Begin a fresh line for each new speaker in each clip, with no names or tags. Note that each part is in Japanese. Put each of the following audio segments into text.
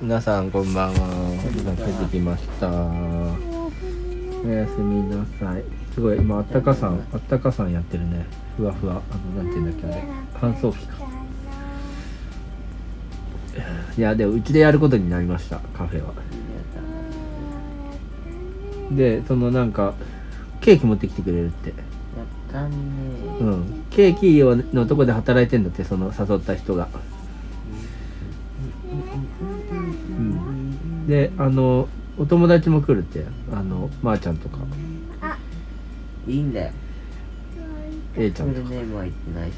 皆さんこんばんは。帰ってきました。おやすみなさい。すごい今あったかさんあったかさんやってるね。ふわふわあのなんていうんだっけあれ乾燥機か。いやでもうちでやることになりましたカフェは。でそのなんかケーキ持ってきてくれるって。
やったね
うん。ケーキをのとこで働いてんだってその誘った人が。うん、であのお友達も来るってあのまー、ちゃんとか
いいんだよ
A ち
フ
ゃんと
ル
か
ネームは言ってないし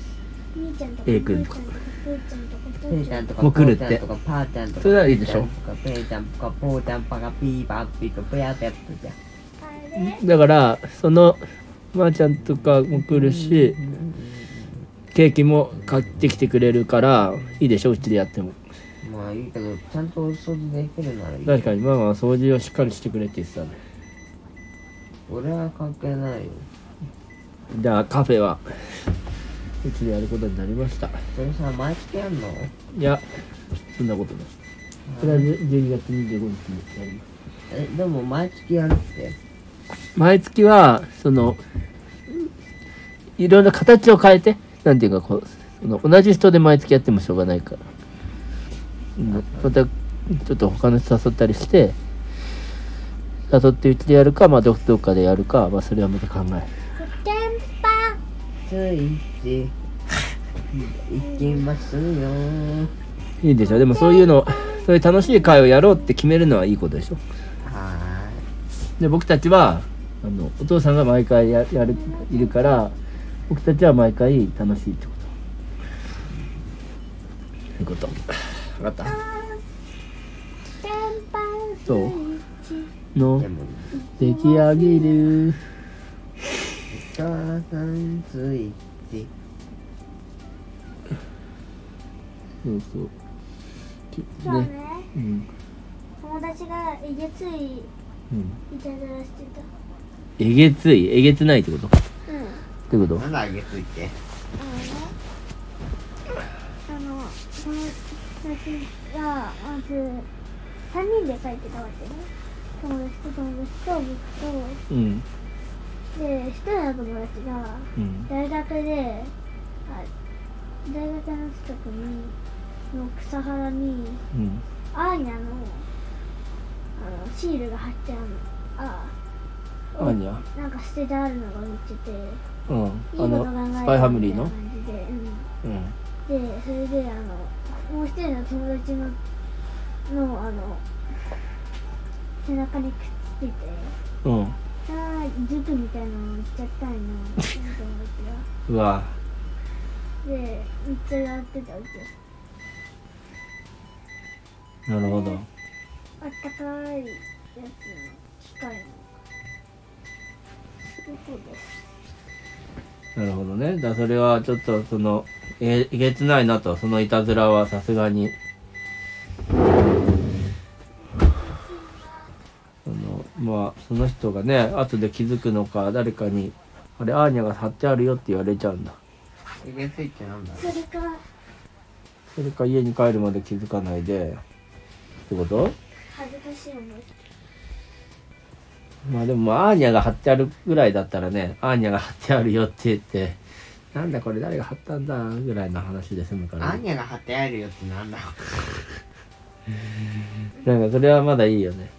みーちゃんと
A 君とか
ふーちゃんとか
ペ
ふー
ー
ち
ち
ゃ
ゃ
ん
ん
とか
とか
もう
ポ
来るっ
ー
て
ちゃんとかパーちゃんとか
それはいいでしょ
ペーちゃんとかポーちゃんとかピーパーピーとペアペアペア
あれ
だからそのまー、ちゃんとかも来るしケーキも買ってきてくれるからいいでしょうちでやっても
まあいいけどちゃんとお掃除できるならいい
確かにママは掃除をしっかりしてくれって言ってたね
俺は関係ないよ
じゃあカフェはうちでやることになりました
それさ毎月やんの
いやそんなことないこれは12月25日にやります
えでも毎月やるって
毎月はそのいろいろ形を変えてなんていうかこうその同じ人で毎月やってもしょうがないからうんまたちょっと他の人誘ったりして誘ってうちでやるか、まあ、どどっかでやるか、まあ、それはまた考える
テンパ
ついて行きますよ
いいでしょでもそういうのそういう楽しい会をやろうって決めるのはいいことでしょ
は
で僕たちはあのお父さんが毎回ややるいるから僕たちは毎回楽しいってことそういうこと分かった
テンパ
そう
スイッチ
ーい
の
でも
出来上げる
お母さんついて
そうそうき
今日
ね
ね
うん、
友達がえげつい
うん、
いたずらしてた
えげついえげつないってことっ
うん
てこと
なんだあげついて
あのね、あの、この先が、まず、三人で書いてたわけね。友達と友達と僕
うん
と、で、一人の友達が、
うん
大学で、あ大学の近くに、の草原に、
うん
アーニャの、あの、シールが貼ってあるの。あ
アーニャ
なんか捨ててあるのが売ってて、いい
うん
こと
あ
考え
の
た
スパイファミリーの
みたいな感じでうん
うん
でそれであのもう一人の友達ののあの背中にくっついて
うん
あー塾みたいなの行っちゃったんやな友達
うわ
がでめっちゃやってたわけ
なるほど
あったかいやつの機械のそうです
なるほどね。だからそれはちょっとその、ええげつないなと、そのいたずらはさすがに。そのまあ、その人がね、後で気づくのか、誰かに、あれ、アーニャが貼ってあるよって言われちゃうんだ。
あげついてなんだ
それから
それか家に帰るまで気づかないで、ってこと
恥ずかしい思い
まあでもまあアーニャが貼ってあるぐらいだったらねアーニャが貼ってあるよって言ってなんだこれ誰が貼ったんだぐらいの話で済むから
ア
ね、
ーニャが貼ってあるよってなんだ
なんかそれはまだいいよね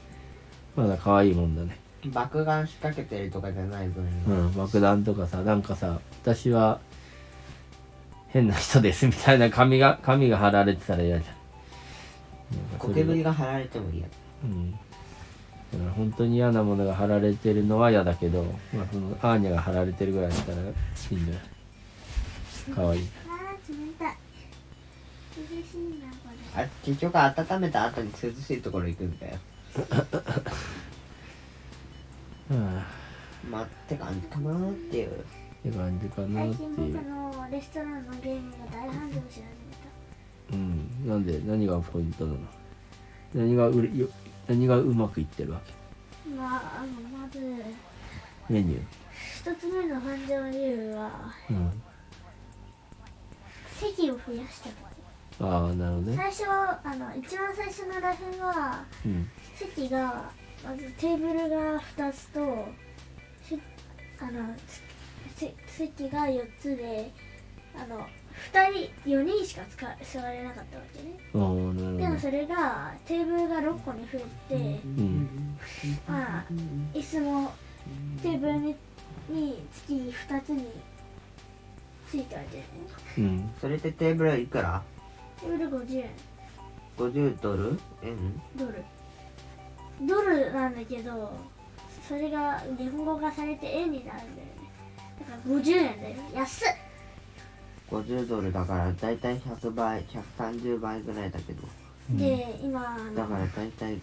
まだ可愛いもんだね
爆弾仕掛けてるとかじゃないぞ
う
今
ん爆弾とかさなんかさ私は変な人ですみたいな紙が紙が貼られてたら嫌じゃんなんか
ゴ
そ
キ
れが
ブリが貼られても嫌
うんだから本当に嫌なものが貼られてるのは嫌だけど、まあ、そのアーニャが貼られてるぐらいだったらいいんだよ可愛い
あー冷たい涼しいなこれ
あ結局温めた後に涼しいところ行くんだよ
うんっ
まあって感じかなーっていう
て感じかな
最
って
近
い
僕
う
のレストランのゲームが大繁盛し始めた
うんなんで何がポイントなの何がうれよ何がうまくいってるわけ
まあ、あの、まず、
メニュー
一つ目の繁盛理由は、
うん
席を増やしたこ
ああなるほどね
最初あの一番最初のらへんは
うん
席がまずテーブルが2つとしあのつせ席が4つであの2人4人しかつか座れなかったわけね
ああなるほ
で
ど
もそれがテーブルが6個に増えて
うん
まあ椅子もテーブルににつき2つについたわけね
うん
それってテーブルいくら
テーブル50円
?50 ドル円
ドルドルなんだけどそれが日本語化されて円になるんだよねだから50円だよ安っ
50ドルだからだいたい100倍130倍ぐらいだけど
で今あの
だからだいたいえっ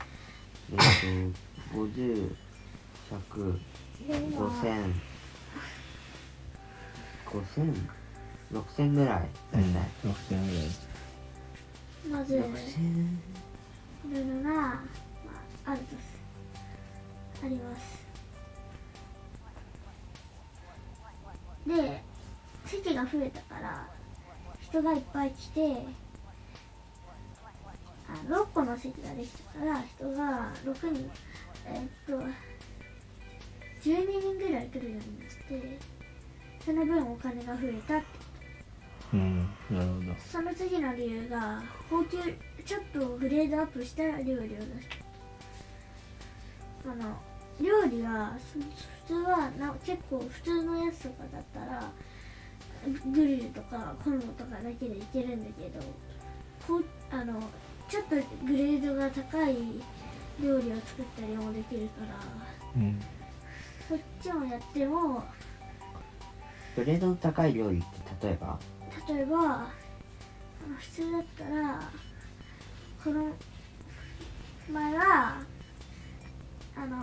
と50 100
で今
5000 5000 6000ぐらいだいたい
六千円ぐらい
まず
6000
いろいろな、まあ、あるとすありますで席が増えたから人がいっぱい来てあ6個の席ができたから人が6人えーっと12人ぐらい来るようになってその分お金が増えたって
うんなるほど
その次の理由が高級ちょっとグレードアップした料理を出したあの料理がす普通はな結構普通のやつとかだったらグリルとかコンロとかだけでいけるんだけどこうあのちょっとグレードが高い料理を作ったりもできるから
うん
そっちもやっても
グレードの高い料理って例えば
例えばあの普通だったらこの前はあの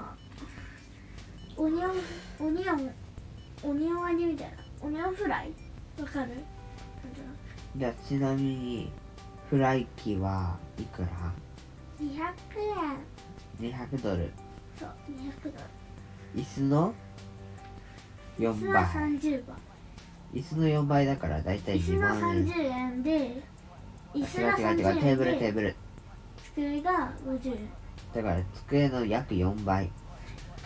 オニオンオニオンオニオンアニみたいなオニオンフライわかるなんだろ
じゃあちなみにフライ機はいくら
う200円
?200 ドル
そう200ドル
椅子の
椅子
4
は
倍
30番
椅子の4倍だからだいたい
椅子
2
が
万円
30円で椅子が
違う違う違うテーブ
30
ルテ
円
ー
で
ブル
机が50円
だから机の約4倍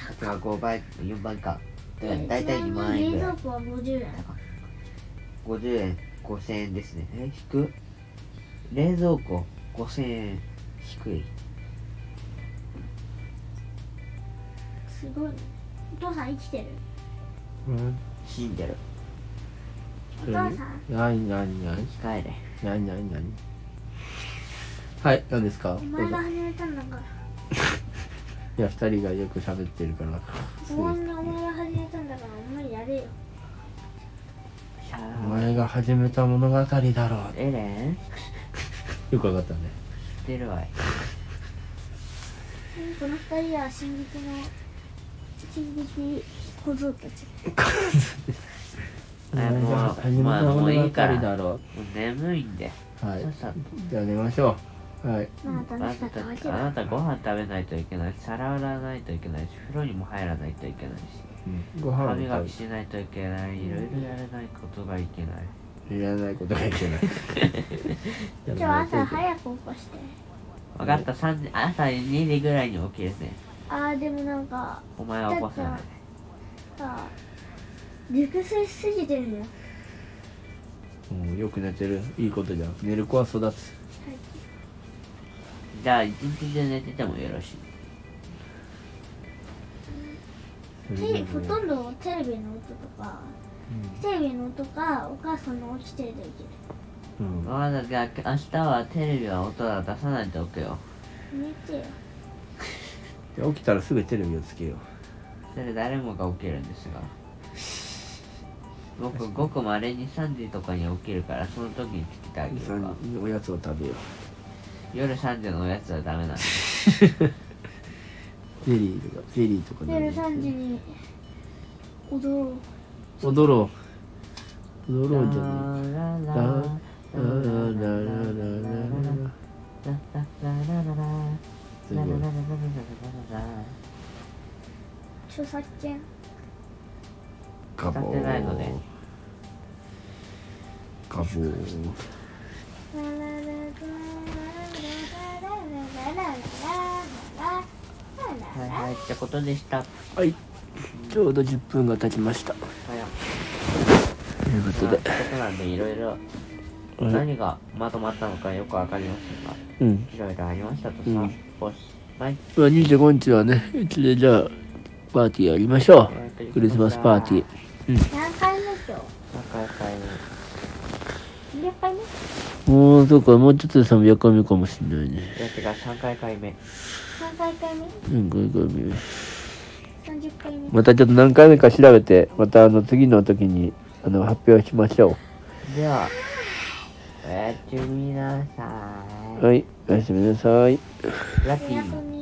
だから5倍4倍かだからだいたい2万円ぐ
でちなみに冷
らい
蔵庫は50円
50円5000円ですねえ引く冷蔵庫5000円低い
すごいねお父さん生きてる
うん
死んでる
お父さん
なになになに
帰れ
なになになにはい何ですか
お前が始めたんだから
いや二人がよく喋ってるから
お前がお前が始めたんだからお前やれよ
シャ
お
ー
前が始めた物語だろ
エレン
うよくわかったね
知ってるわい
この二人は進撃の進撃小僧たち
お
え
前が
もう
始めた
もうも
物
う
語
いいから
だろ
もう眠いんで
うはい
さっさ
じゃあ寝ましょうはい
まあ
あ
楽
な
しかったわけ
たあな
だ
たご飯食べないといけないし皿洗わないといけないし風呂にも入らないといけないし
ご
歯
飯を
磨
食
きしないといけないいろいろやらないことがいけない
べやらないことがいけない
今日朝早く起こして
分かった3時朝2時ぐらいに起きるね
あーでもなんか
お前は起こさない
さ熟睡しすぎてるよ
うんよく寝てるいいことじゃん寝る子は育つ
じゃあ一日中寝ててもよろしい
そ
テ
れ
レ
で
ほとんどテレビの音とかテレビの音かお母さんの起きてるでいけ
うん
まだじゃあ明日はテレビは音は出さないでおくよ
る寝てよ
で起きたらすぐテレビをつけよ
それ誰もが起きるんですが僕ごくまれに3時とかに起きるからその時につけてあ
う
げる
さ
か
んおやつを食べよ
夜3時のおやつはダメなんで
うゼリーとかゼリーとか飲んで
夜3時に踊ろう
踊ろう踊
ラ
ろうじゃねえか
ララ
ラララララララすごい
著作権
ガボ
歌ってないので
ーガボー
ララララララ
はいはいってことでした
はいちょうど10分が経ちました
早っ
ということ
まあ
で
ってことなんでいろいろ何がまとまったのかよくわかりませんが
うん
いろいろありましたとさ、
うん
おしまい
まあ25日はねうちでじゃあパーティーやりましょうクリスマスパーティー
何回目今
なんかやっぱり
日何回目
もうそうかもうちょっとで300回目かもしんないね
いやてか3回回目
何回回目
3回目
三十回目
またちょっと何回目か調べてまたあの次の時にあの発表しましょ
ではおやすみなさ
うはいおやすみなさい
いラッキ
おやす
ー
み